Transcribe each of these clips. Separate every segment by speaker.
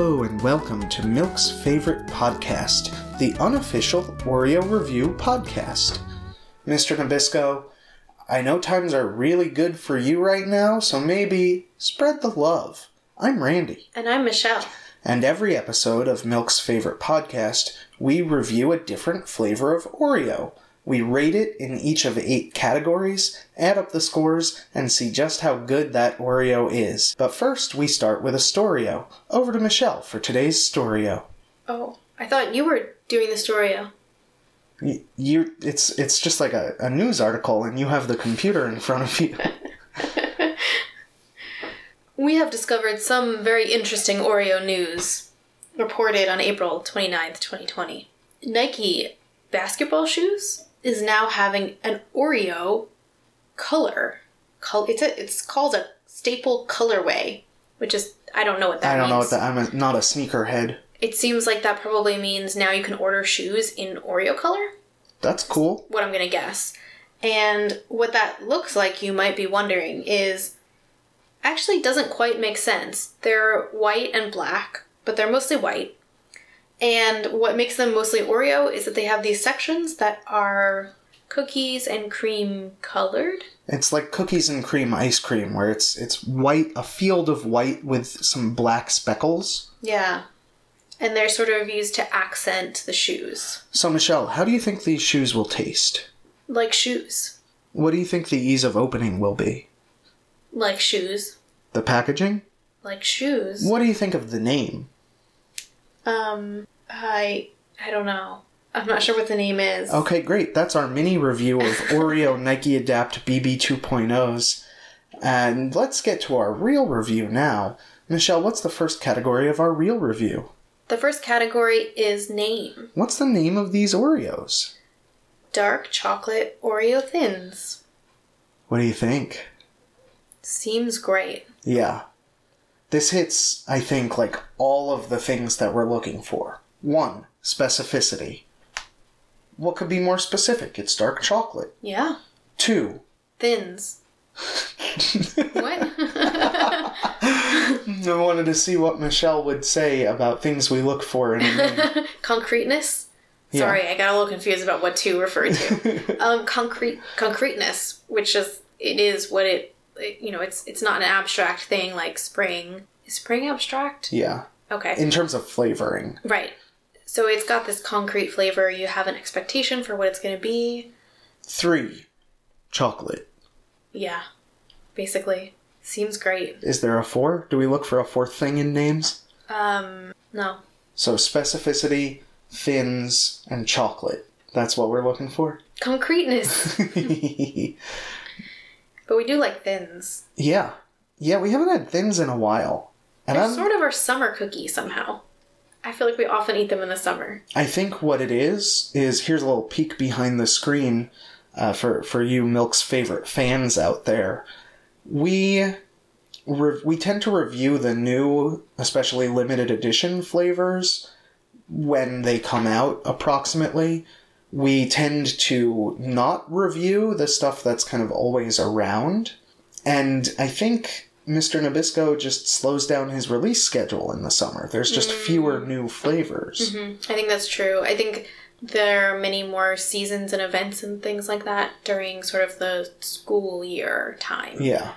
Speaker 1: welcome to Milk's favorite podcast, the unofficial Oreo Review Podcast. Mr. Nabisco, I know times are really good for you right now, so maybe spread the love. I'm Randy,
Speaker 2: And I'm Michelle.
Speaker 1: and every episode of Milk's favorite podcast, we review a different flavor of Oreo. We rate it in each of eight categories, add up the scores, and see just how good that Oreo is. But first, we start with a Storio. Over to Michelle for today's Storio.
Speaker 2: Oh, I thought you were doing the Storio.
Speaker 1: Y- you it's it's just like a, a news article and you have the computer in front of you
Speaker 2: We have discovered some very interesting Oreo news reported on April 29th, 2020. Nike basketball shoes is now having an Oreo color. Col- it's, a, it's called a staple colorway, which is, I don't know what that
Speaker 1: i don't
Speaker 2: means.
Speaker 1: know what that i'm a, not a sneakerhead
Speaker 2: It seems like that probably means now you can order shoes in Oreo color.
Speaker 1: that's cool
Speaker 2: what I'm gonna guess. And what that looks like, you might be wondering, is actually doesn't quite make sense. They're white and black, but they're mostly white. And what makes them mostly Oreo is that they have these sections that are cookies and cream colored.
Speaker 1: it's like cookies and cream ice cream where it's it's white a field of white with some black speckles
Speaker 2: Yeah. And they're sort of used to accent the shoes,
Speaker 1: so michelle how do you think these shoes will taste
Speaker 2: like shoes.
Speaker 1: what do you think the ease of opening will be
Speaker 2: Like shoes.
Speaker 1: the packaging
Speaker 2: Like shoes.
Speaker 1: what do you think of the name
Speaker 2: Um, I I don't know. I'm not sure what the name is.
Speaker 1: Okay, great. That's our mini review of Oreo Nike Adapt BB 2.0s. And let's get to our real review now. Michelle, what's the first category of our real review?
Speaker 2: The first category is name.
Speaker 1: What's the name of these Oreos?
Speaker 2: Dark chocolate Oreo thins.
Speaker 1: What do you think?
Speaker 2: Seems great.
Speaker 1: Yeah. This hits, I think, like all of the things that we're looking for. One, specificity. What could be more specific? It's dark chocolate.
Speaker 2: Yeah.
Speaker 1: Two,
Speaker 2: Thins. what?
Speaker 1: I wanted to see what Michelle would say about things we look for in a name.
Speaker 2: Concreteness?
Speaker 1: Yeah.
Speaker 2: Sorry, I got a little confused about what two referred to. um, concrete concreteness, which is it is what it, it you know, it's it's not an abstract thing like spring. Is spring abstract?
Speaker 1: Yeah.
Speaker 2: Okay.
Speaker 1: In terms of flavoring,
Speaker 2: Right. So it's got this concrete flavor. You have an expectation for what it's going to be.
Speaker 1: three, chocolate.
Speaker 2: Yeah. Basically. Seems great.
Speaker 1: Is there a four? Do we look for a fourth thing in names?
Speaker 2: Um, no.
Speaker 1: So specificity, fins, and chocolate. That's what we're looking for.
Speaker 2: Concreteness. but we do like thins.
Speaker 1: yeah. Yeah, we haven't had thins in a while. And
Speaker 2: They're
Speaker 1: I'm,
Speaker 2: sort of our summer cookie somehow. I feel like we often eat them in the summer.
Speaker 1: I think what it is, is here's a little peek behind the screen uh, for, for you Milk's favorite fans out there. We re- we tend to review the new, especially limited edition flavors when they come out approximately. We tend to not review the stuff that's kind of always around. And I think Mr. Nabisco just slows down his release schedule in the summer. There's just fewer new flavors.
Speaker 2: I think that's true. I think there are many more seasons and events and things like that during sort of the school year time.
Speaker 1: Yeah.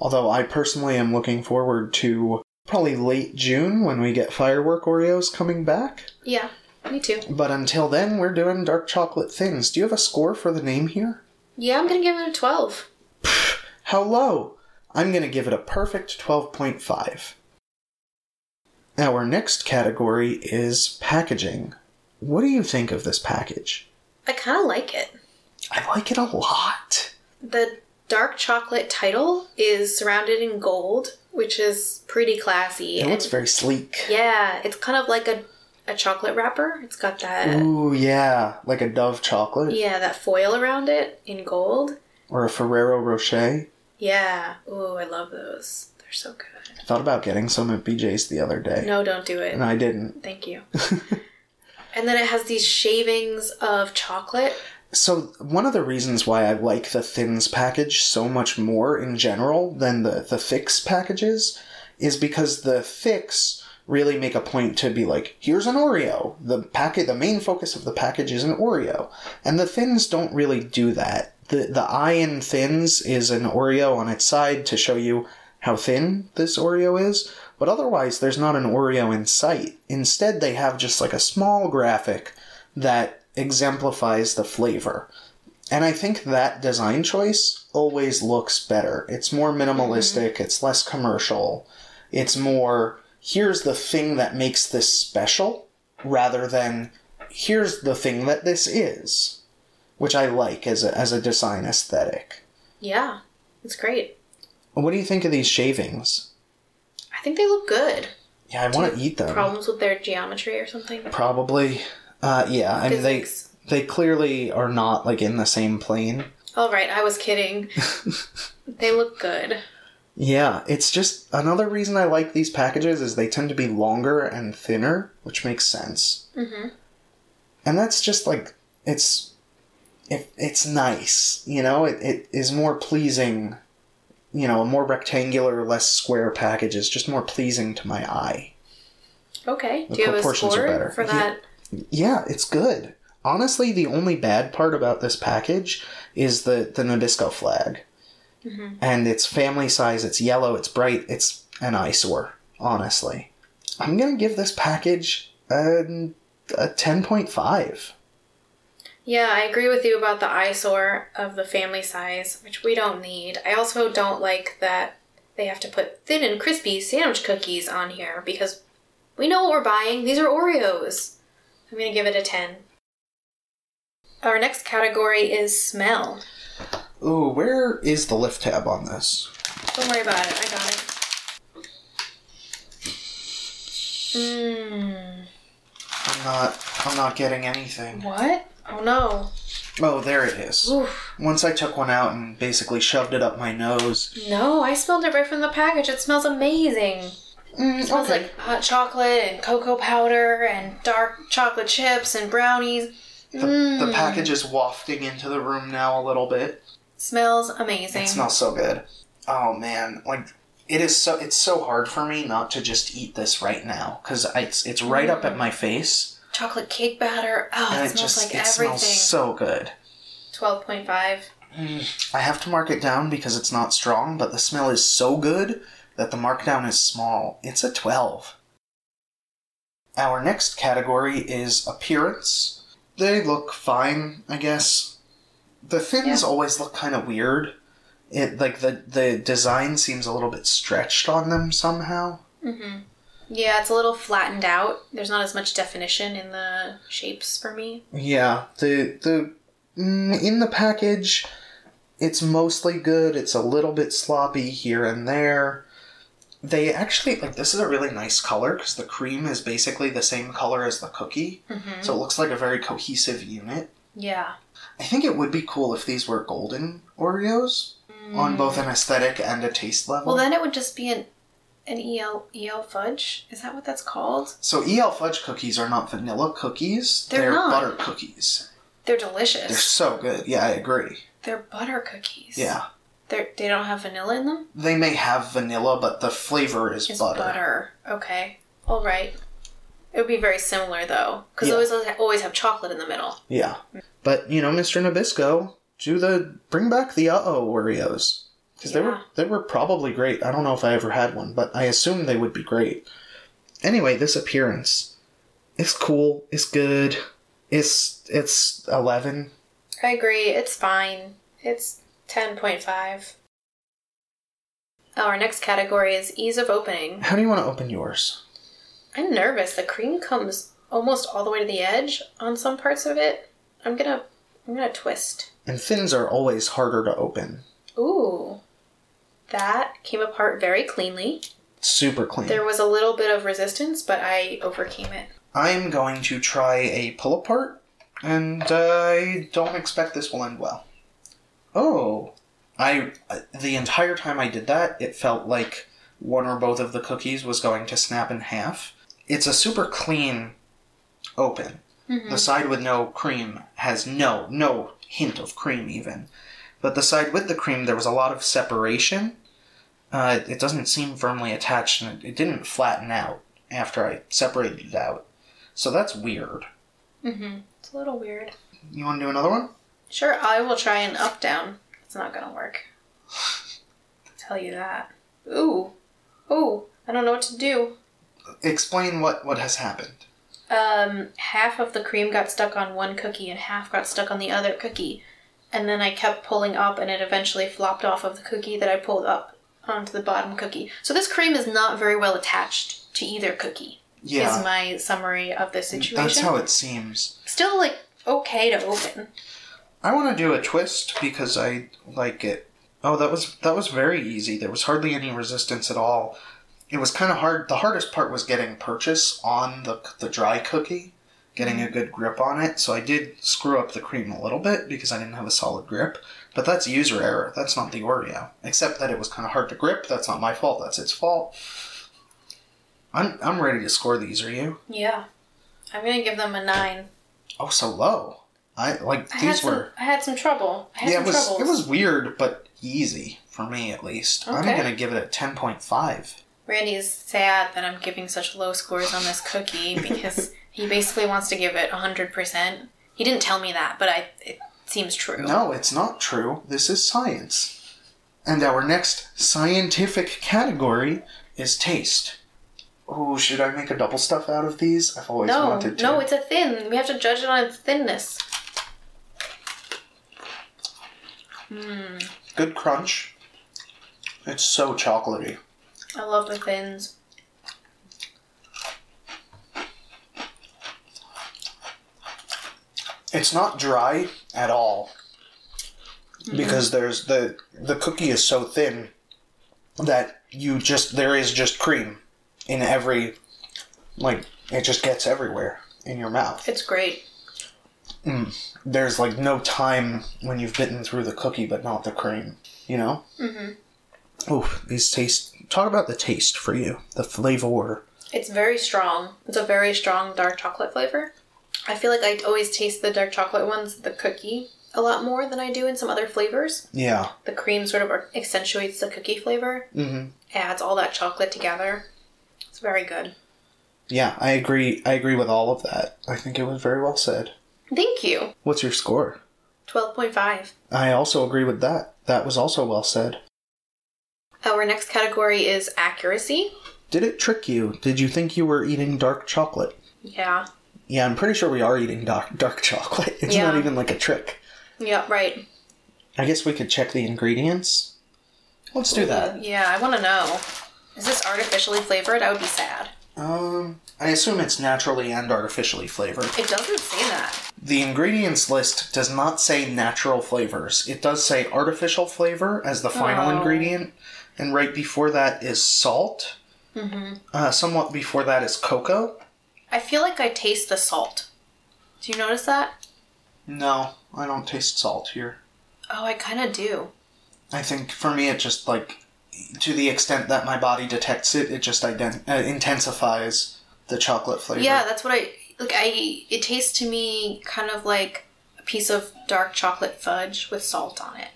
Speaker 1: Although I personally am looking forward to probably late June when we get firework Oreos coming back.
Speaker 2: Yeah, me too.
Speaker 1: But until then, we're doing dark chocolate things. Do you have a score for the name here?
Speaker 2: Yeah, I'm going to give it a 12.
Speaker 1: How low? I'm going to give it a perfect 12.5. Our next category is packaging. What do you think of this package?
Speaker 2: I kind of like it.
Speaker 1: I like it a lot.
Speaker 2: The dark chocolate title is surrounded in gold, which is pretty classy.
Speaker 1: It
Speaker 2: and-
Speaker 1: looks very sleek.
Speaker 2: yeah, it's kind of like a, a chocolate wrapper. It's got that
Speaker 1: Ooh, yeah, like a Dove chocolate
Speaker 2: yeah, that foil around it in gold.
Speaker 1: or a Ferrero Rocher.
Speaker 2: Yeah. Ooh, I love those. They're so good.
Speaker 1: Thought about getting some at BJ's the other day,
Speaker 2: No, don't do it.
Speaker 1: and I didn't.
Speaker 2: Thank you. and then it has these shavings of chocolate.
Speaker 1: So one of the reasons why I like the thins package so much more in general than the the thicks packages is because the thicks really make a point to be like, here's an Oreo. The packet, the main focus of the package is an Oreo, and the thins don't really do that. the The I in thins is an Oreo on its side to show you how thin this Oreo is, but otherwise there's not an Oreo in sight. Instead, they have just like a small graphic that exemplifies the flavor. And I think that design choice always looks better. It's more minimalistic, it's less commercial, it's more here's the thing that makes this special rather than here's the thing that this is, which I like as a, as a design aesthetic.
Speaker 2: Yeah, it's great.
Speaker 1: What do you think of these shavings?
Speaker 2: I think they look good.
Speaker 1: Yeah, I want to eat them.
Speaker 2: Problems with their geometry or something.
Speaker 1: Probably. Uh, yeah, I mean, they,
Speaker 2: Physics.
Speaker 1: they clearly are not like in the same plane.
Speaker 2: All right, I was kidding. they look good.
Speaker 1: Yeah, it's just another reason I like these packages is they tend to be longer and thinner, which makes sense.
Speaker 2: Mhm.
Speaker 1: And that's just like it's it, it's nice, you know. It, it is more pleasing, you know. A more rectangular, less square package is just more pleasing to my eye.
Speaker 2: Okay.
Speaker 1: The
Speaker 2: Do you have a
Speaker 1: proportions are better.
Speaker 2: score for
Speaker 1: Yeah.
Speaker 2: that?
Speaker 1: Yeah, it's good. Honestly, the only bad part about this package is the the Nabisco flag,
Speaker 2: Mm-hmm.
Speaker 1: and its family size. It's yellow. It's bright. It's an eyesore. Honestly, I'm gonna give this package a a ten point five.
Speaker 2: Yeah, I agree with you about the eyesore of the family size, which we don't need. I also don't like that they have to put thin and crispy sandwich cookies on here because we know what we're buying. These are Oreos. I'm going to give it a 10. Our next category is smell.
Speaker 1: Ooh, where is the lift tab on this?
Speaker 2: Don't worry about it. I got it. Mmm.
Speaker 1: I'm not. I'm not getting anything.
Speaker 2: What? Oh no.
Speaker 1: Oh, there it is.
Speaker 2: Oof.
Speaker 1: Once I took one out and basically shoved it up my nose.
Speaker 2: No, I smelled it right from the package. It smells amazing.
Speaker 1: Mm,
Speaker 2: It smells like hot chocolate and cocoa powder and dark chocolate chips and brownies.
Speaker 1: the, the
Speaker 2: mm.
Speaker 1: package is wafting into the room now a little bit.
Speaker 2: Smells amazing.
Speaker 1: It smells so good. Oh man, like it is so it's so hard for me not to just eat this right now cuz it's it's right up at my face
Speaker 2: chocolate cake batter. Mm. Oh,
Speaker 1: and
Speaker 2: it,
Speaker 1: it
Speaker 2: smells
Speaker 1: just
Speaker 2: like
Speaker 1: it
Speaker 2: everything.
Speaker 1: smells so good.
Speaker 2: 12.5.
Speaker 1: I have to mark it down because it's not strong, but the smell is so good that the markdown is small. It's a 12. Our next category is appearance. They look fine, I guess. The thins
Speaker 2: Yeah.
Speaker 1: always look kind of weird. It like the the design seems a little bit stretched on them somehow.
Speaker 2: Mm-hmm. Yeah, it's a little flattened out. There's not as much definition in the shapes for me.
Speaker 1: Yeah, the the mm, in the package, it's mostly good. It's a little bit sloppy here and there. They actually like this is a really nice color because the cream is basically the same color as the cookie,
Speaker 2: Mm-hmm.
Speaker 1: so it looks like a very cohesive unit.
Speaker 2: Yeah.
Speaker 1: I think it would be cool if these were golden Oreos on both an aesthetic and a taste level.
Speaker 2: Mm. Well, then it would just be an an E EL EL fudge. Is that what that's called?
Speaker 1: so EL fudge cookies are not vanilla cookies;
Speaker 2: They're not.
Speaker 1: butter cookies.
Speaker 2: They're
Speaker 1: They're
Speaker 2: delicious.
Speaker 1: so good. Yeah, I agree.
Speaker 2: They're butter cookies.
Speaker 1: Yeah.
Speaker 2: They're, they don't have vanilla in them.
Speaker 1: They may have vanilla, but the flavor is
Speaker 2: It's
Speaker 1: butter.
Speaker 2: butter. Okay. All right. It would be very similar though, because
Speaker 1: Yeah.
Speaker 2: always always have chocolate in the middle.
Speaker 1: Yeah. But you know, Mr. Nabisco, do the bring back the uh oh Oreos because they were
Speaker 2: Yeah.
Speaker 1: they were probably great. I don't know if I ever had one, but I assume they would be great. Anyway, this appearance, it's cool. It's good. It's it's eleven.
Speaker 2: I agree. It's fine. It's ten point five. Our next category is ease of opening.
Speaker 1: How do you want to open yours?
Speaker 2: I'm nervous. The cream comes almost all the way to the edge on some parts of it. I'm gonna I'm gonna twist.
Speaker 1: And thins are always harder to open.
Speaker 2: Ooh. That came apart very cleanly.
Speaker 1: Super clean.
Speaker 2: There was a little bit of resistance, but I overcame it.
Speaker 1: I'm going to try a pull apart, and I don't expect this will end well. Oh, I uh, the entire time I did that, it felt like one or both of the cookies was going to snap in half. It's a super clean open. The side with no cream has no no hint of cream even, but the side with the cream there was a lot of separation. Uh, it doesn't seem firmly attached, and it, it didn't flatten out after I separated it out. So that's weird.
Speaker 2: Mm-hmm. It's a little weird.
Speaker 1: You want to do another one?
Speaker 2: Sure, I will try an up down. It's not gonna work. tell you that. Ooh. Ooh. I don't know what to do.
Speaker 1: Explain what, what has happened.
Speaker 2: Um, half of the cream got stuck on one cookie and half got stuck on the other cookie. And then I kept pulling up and it eventually flopped off of the cookie that I pulled up onto the bottom cookie. So this cream is not very well attached to either cookie.
Speaker 1: Yeah,
Speaker 2: Is my summary of the situation.
Speaker 1: that's how it seems.
Speaker 2: Still like okay to open.
Speaker 1: I want to do a twist because I like it. Oh, that was that was very easy. There was hardly any resistance at all. It was kind of hard. The hardest part was getting purchase on the the dry cookie, getting
Speaker 2: Mm.
Speaker 1: a good grip on it. So I did screw up the cream a little bit because I didn't have a solid grip. But that's user error. That's not the Oreo. Except that it was kind of hard to grip. That's not my fault. That's its fault. I'm I'm ready to score these. Are you?
Speaker 2: Yeah. I'm gonna give them a nine.
Speaker 1: Oh, so low. I like
Speaker 2: I had
Speaker 1: these
Speaker 2: some
Speaker 1: were.
Speaker 2: I had some trouble. I had
Speaker 1: yeah,
Speaker 2: some
Speaker 1: it was
Speaker 2: troubles.
Speaker 1: it was weird, but easy for me at least. I'm
Speaker 2: Okay.
Speaker 1: gonna give it a ten point five.
Speaker 2: Randy is sad that I'm giving such low scores on this cookie because he basically wants to give it 100%. He didn't tell me that, but I it seems true.
Speaker 1: No, it's not true. This is science. And our next scientific category is taste. Oh, should I make a double stuff out of these? I've always
Speaker 2: no,
Speaker 1: wanted to.
Speaker 2: no, it's a thin. We have to judge it on its thinness.
Speaker 1: good crunch. It's so chocolatey.
Speaker 2: I love the thins.
Speaker 1: It's not dry at all. Because there's the the cookie is so thin that you just there is just cream in every like it just gets everywhere in your mouth.
Speaker 2: It's great.
Speaker 1: There's like no time when you've bitten through the cookie but not the cream, you know? Mhm. Ooh, these taste talk about the taste for you, the flavor.
Speaker 2: It's very strong. It's a very strong dark chocolate flavor. I feel like I always taste the dark chocolate ones, the cookie, a lot more than I do in some other flavors.
Speaker 1: Yeah.
Speaker 2: The cream sort of accentuates the cookie flavor,
Speaker 1: Mhm.
Speaker 2: adds all that chocolate together. It's very good.
Speaker 1: Yeah, I agree. I agree with all of that. I think it was very well said.
Speaker 2: Thank you.
Speaker 1: What's your score?
Speaker 2: 12.5.
Speaker 1: I also agree with that. That was also well said.
Speaker 2: Our next category is accuracy.
Speaker 1: Did it trick you? Did you think you were eating dark chocolate?
Speaker 2: Yeah.
Speaker 1: Yeah, I'm pretty sure we are eating dark, dark chocolate. It's not
Speaker 2: Yeah.
Speaker 1: even like a trick.
Speaker 2: Yeah, right.
Speaker 1: I guess we could check the ingredients. Let's do that.
Speaker 2: Yeah, I want to know. Is this artificially flavored? I would be sad.
Speaker 1: Um, I assume it's naturally and artificially flavored.
Speaker 2: It doesn't say that.
Speaker 1: The ingredients list does not say natural flavors. It does say artificial flavor as the final
Speaker 2: Oh.
Speaker 1: ingredient, and right before that is salt. Mm-hmm. Uh, somewhat before that is cocoa.
Speaker 2: I feel like I taste the salt. Do you notice that?
Speaker 1: No, I don't taste salt here.
Speaker 2: Oh, I kind of do.
Speaker 1: I think for me, it just like to the extent that my body detects it, it just ident- uh, intensifies the chocolate flavor.
Speaker 2: Yeah, that's what I like I it tastes to me kind of like a piece of dark chocolate fudge with salt on it.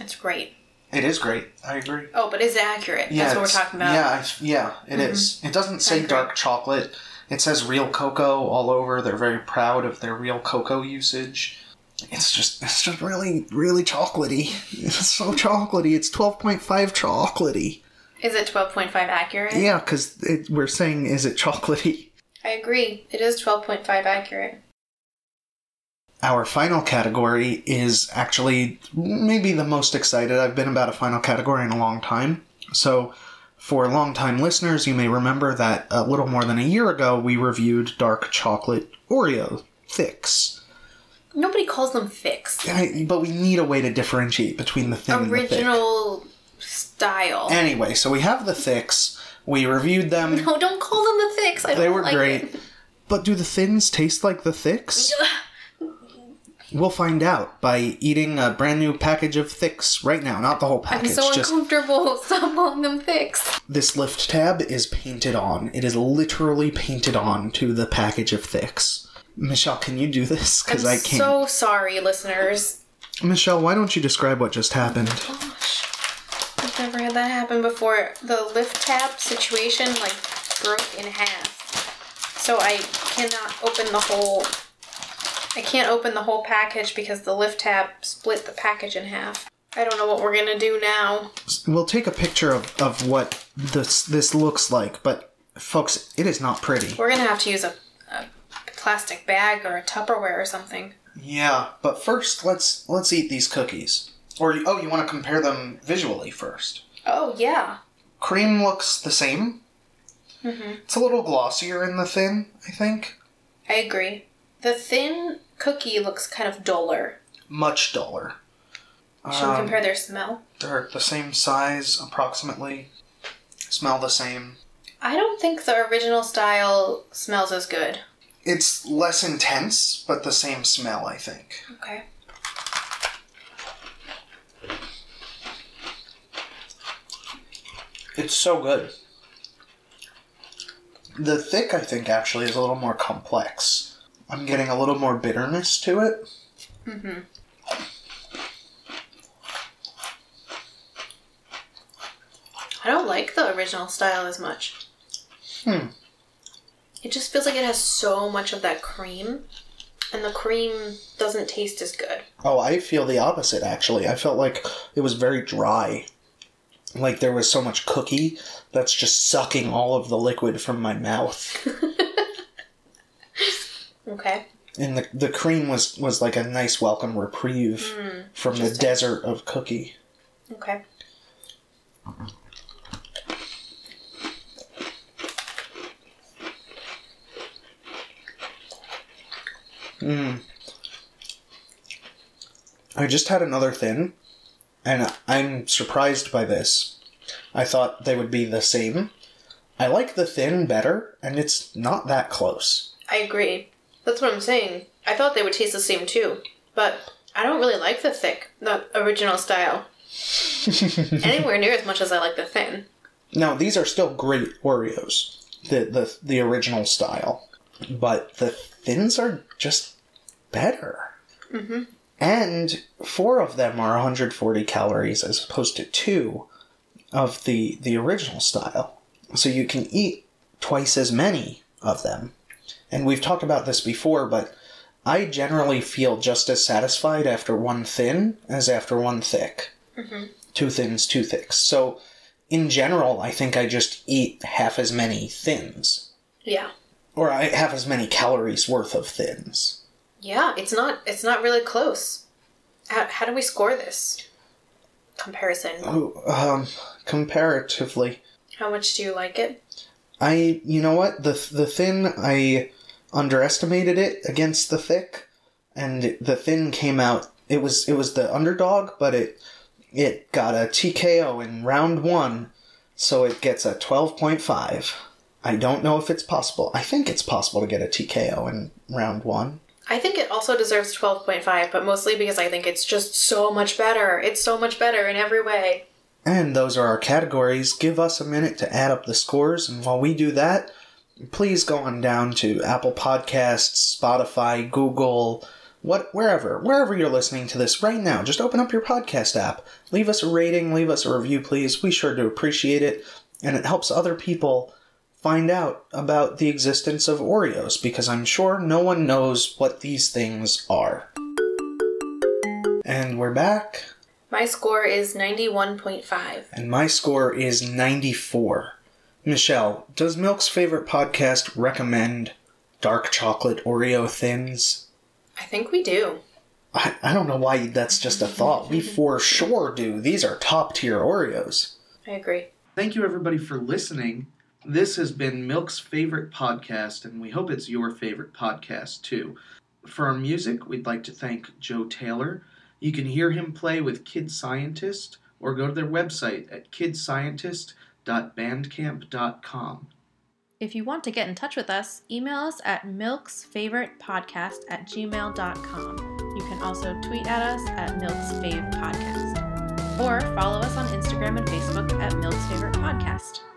Speaker 2: It's great.
Speaker 1: it is great. I agree.
Speaker 2: Oh, but is it accurate?
Speaker 1: Yeah,
Speaker 2: that's what we're
Speaker 1: it's-
Speaker 2: talking about. Mm-hmm.
Speaker 1: Yeah, I, yeah, it is. It doesn't say
Speaker 2: agree.
Speaker 1: dark chocolate. It says real cocoa all over. They're very proud of their real cocoa usage. It's just, it's just really, really chocolatey. It's so chocolatey. It's twelve point five chocolatey.
Speaker 2: Is it 12.5 accurate?
Speaker 1: Yeah, because we're saying, is it chocolatey?
Speaker 2: I agree. It is 12.5 accurate.
Speaker 1: Our final category is actually maybe the most excited I've been about a final category in a long time. So, for longtime listeners, you may remember that a little more than a year ago we reviewed dark chocolate Oreo thicks.
Speaker 2: Nobody calls them fix.
Speaker 1: I- but we need a way to differentiate between the thin and the thick.
Speaker 2: Original style.
Speaker 1: Anyway, so we have the thicks. We reviewed them.
Speaker 2: no, don't call them the fix. I
Speaker 1: They
Speaker 2: don't
Speaker 1: were
Speaker 2: like
Speaker 1: great.
Speaker 2: it.
Speaker 1: But do the thins taste like the thicks? We'll find out by eating a brand new package of thicks right now. Not the whole
Speaker 2: I'm
Speaker 1: package,
Speaker 2: so
Speaker 1: just
Speaker 2: uncomfortable. Stop calling them fix.
Speaker 1: this lift tab is painted on. It is literally painted on to the package of thicks. Michelle, can you do this? Because
Speaker 2: I'm
Speaker 1: I can't.
Speaker 2: so sorry, listeners.
Speaker 1: Michelle, why don't you describe what just happened?
Speaker 2: Gosh, I've never had that happen before. The lift tab situation like broke in half. So I cannot open the whole. I can't open the whole package because the lift tab split the package in half. I don't know what we're gonna do now.
Speaker 1: We'll take a picture of, of what this this looks like, but folks, it is not pretty.
Speaker 2: We're gonna have to use a, a plastic bag or a Tupperware or something.
Speaker 1: Yeah, but first let's let's eat these cookies. Or oh, you want to compare them visually first.
Speaker 2: Oh yeah.
Speaker 1: Cream looks the same.
Speaker 2: Mhm.
Speaker 1: It's a little glossier in the thin, I think.
Speaker 2: I agree. The thin cookie looks kind of duller.
Speaker 1: Much duller.
Speaker 2: Should we
Speaker 1: Um,
Speaker 2: compare their smell?
Speaker 1: They're the same size, approximately. Smell the same.
Speaker 2: I don't think the original style smells as good.
Speaker 1: It's less intense, but the same smell, I think.
Speaker 2: Okay.
Speaker 1: It's so good. The thick, I think, actually is a little more complex. I'm getting a little more bitterness to it.
Speaker 2: Mm-hmm. I don't like the original style as much.
Speaker 1: Hmm.
Speaker 2: It just feels like it has so much of that cream, and the cream doesn't taste as good.
Speaker 1: Oh, I feel the opposite, actually. I felt like it was very dry. Like there was so much cookie that's just sucking all of the liquid from my mouth.
Speaker 2: Okay.
Speaker 1: And the, the cream was, was like a nice welcome reprieve from the
Speaker 2: interesting.
Speaker 1: desert of cookie.
Speaker 2: Okay.
Speaker 1: Mm. I just had another thin, and I'm surprised by this. I thought they would be the same. I like the thin better, and it's not that close.
Speaker 2: I agree. That's what I'm saying. I thought they would taste the same too, but I don't really like the thick, the original style, anywhere near as much as I like the thin.
Speaker 1: now these are still great Oreos, the the the original style, but the thins are just better.
Speaker 2: Mhm.
Speaker 1: And four of them are 140 calories as opposed to two of the the original style. So you can eat twice as many of them. And we've talked about this before, but I generally feel just as satisfied after one thin as after one thick. Two thins, two thicks. So in general, I think I just eat half as many thins,
Speaker 2: Yeah.
Speaker 1: or I half as many calories worth of thins.
Speaker 2: Yeah, it's not it's not really close. How, how do we score this comparison?
Speaker 1: Oh, um, comparatively,
Speaker 2: How much do you like it?
Speaker 1: I you know what the the thin I underestimated it against the thick, and the thin came out. It was it was the underdog, but it it got a TKO in round one, so it gets a twelve point five. I don't know if it's possible. I think it's possible to get a TKO in round one.
Speaker 2: I think it also deserves 12.5, but mostly because I think it's just so much better. It's so much better in every way.
Speaker 1: And those are our categories. Give us a minute to add up the scores, and while we do that, please go on down to Apple Podcasts, Spotify, Google, what wherever, wherever you're listening to this right now. Just open up your podcast app. Leave us a rating, leave us a review, please. We sure do appreciate it, and it helps other people find out about the existence of Oreos because I'm sure no one knows what these things are. And we're back.
Speaker 2: My score is 91.5.
Speaker 1: And my score is 94. Michelle, does Milk's favorite podcast recommend dark chocolate Oreo thins?
Speaker 2: I think we do.
Speaker 1: I, I don't know why that's just a thought. We for sure do. These are top tier Oreos.
Speaker 2: I agree.
Speaker 1: Thank you, everybody, for listening. This has been Milk's favorite podcast, and we hope it's your favorite podcast, too. For our music, we'd like to thank Joe Taylor. You can hear him play with Kid Scientist or go to their website at kidscientist.bandcamp.com.
Speaker 3: If you want to get in touch with us, email us at milksfavoritepodcast at gmail.com. You can also tweet at us at milksfavepodcast. Or follow us on Instagram and Facebook at milksfavoritepodcast.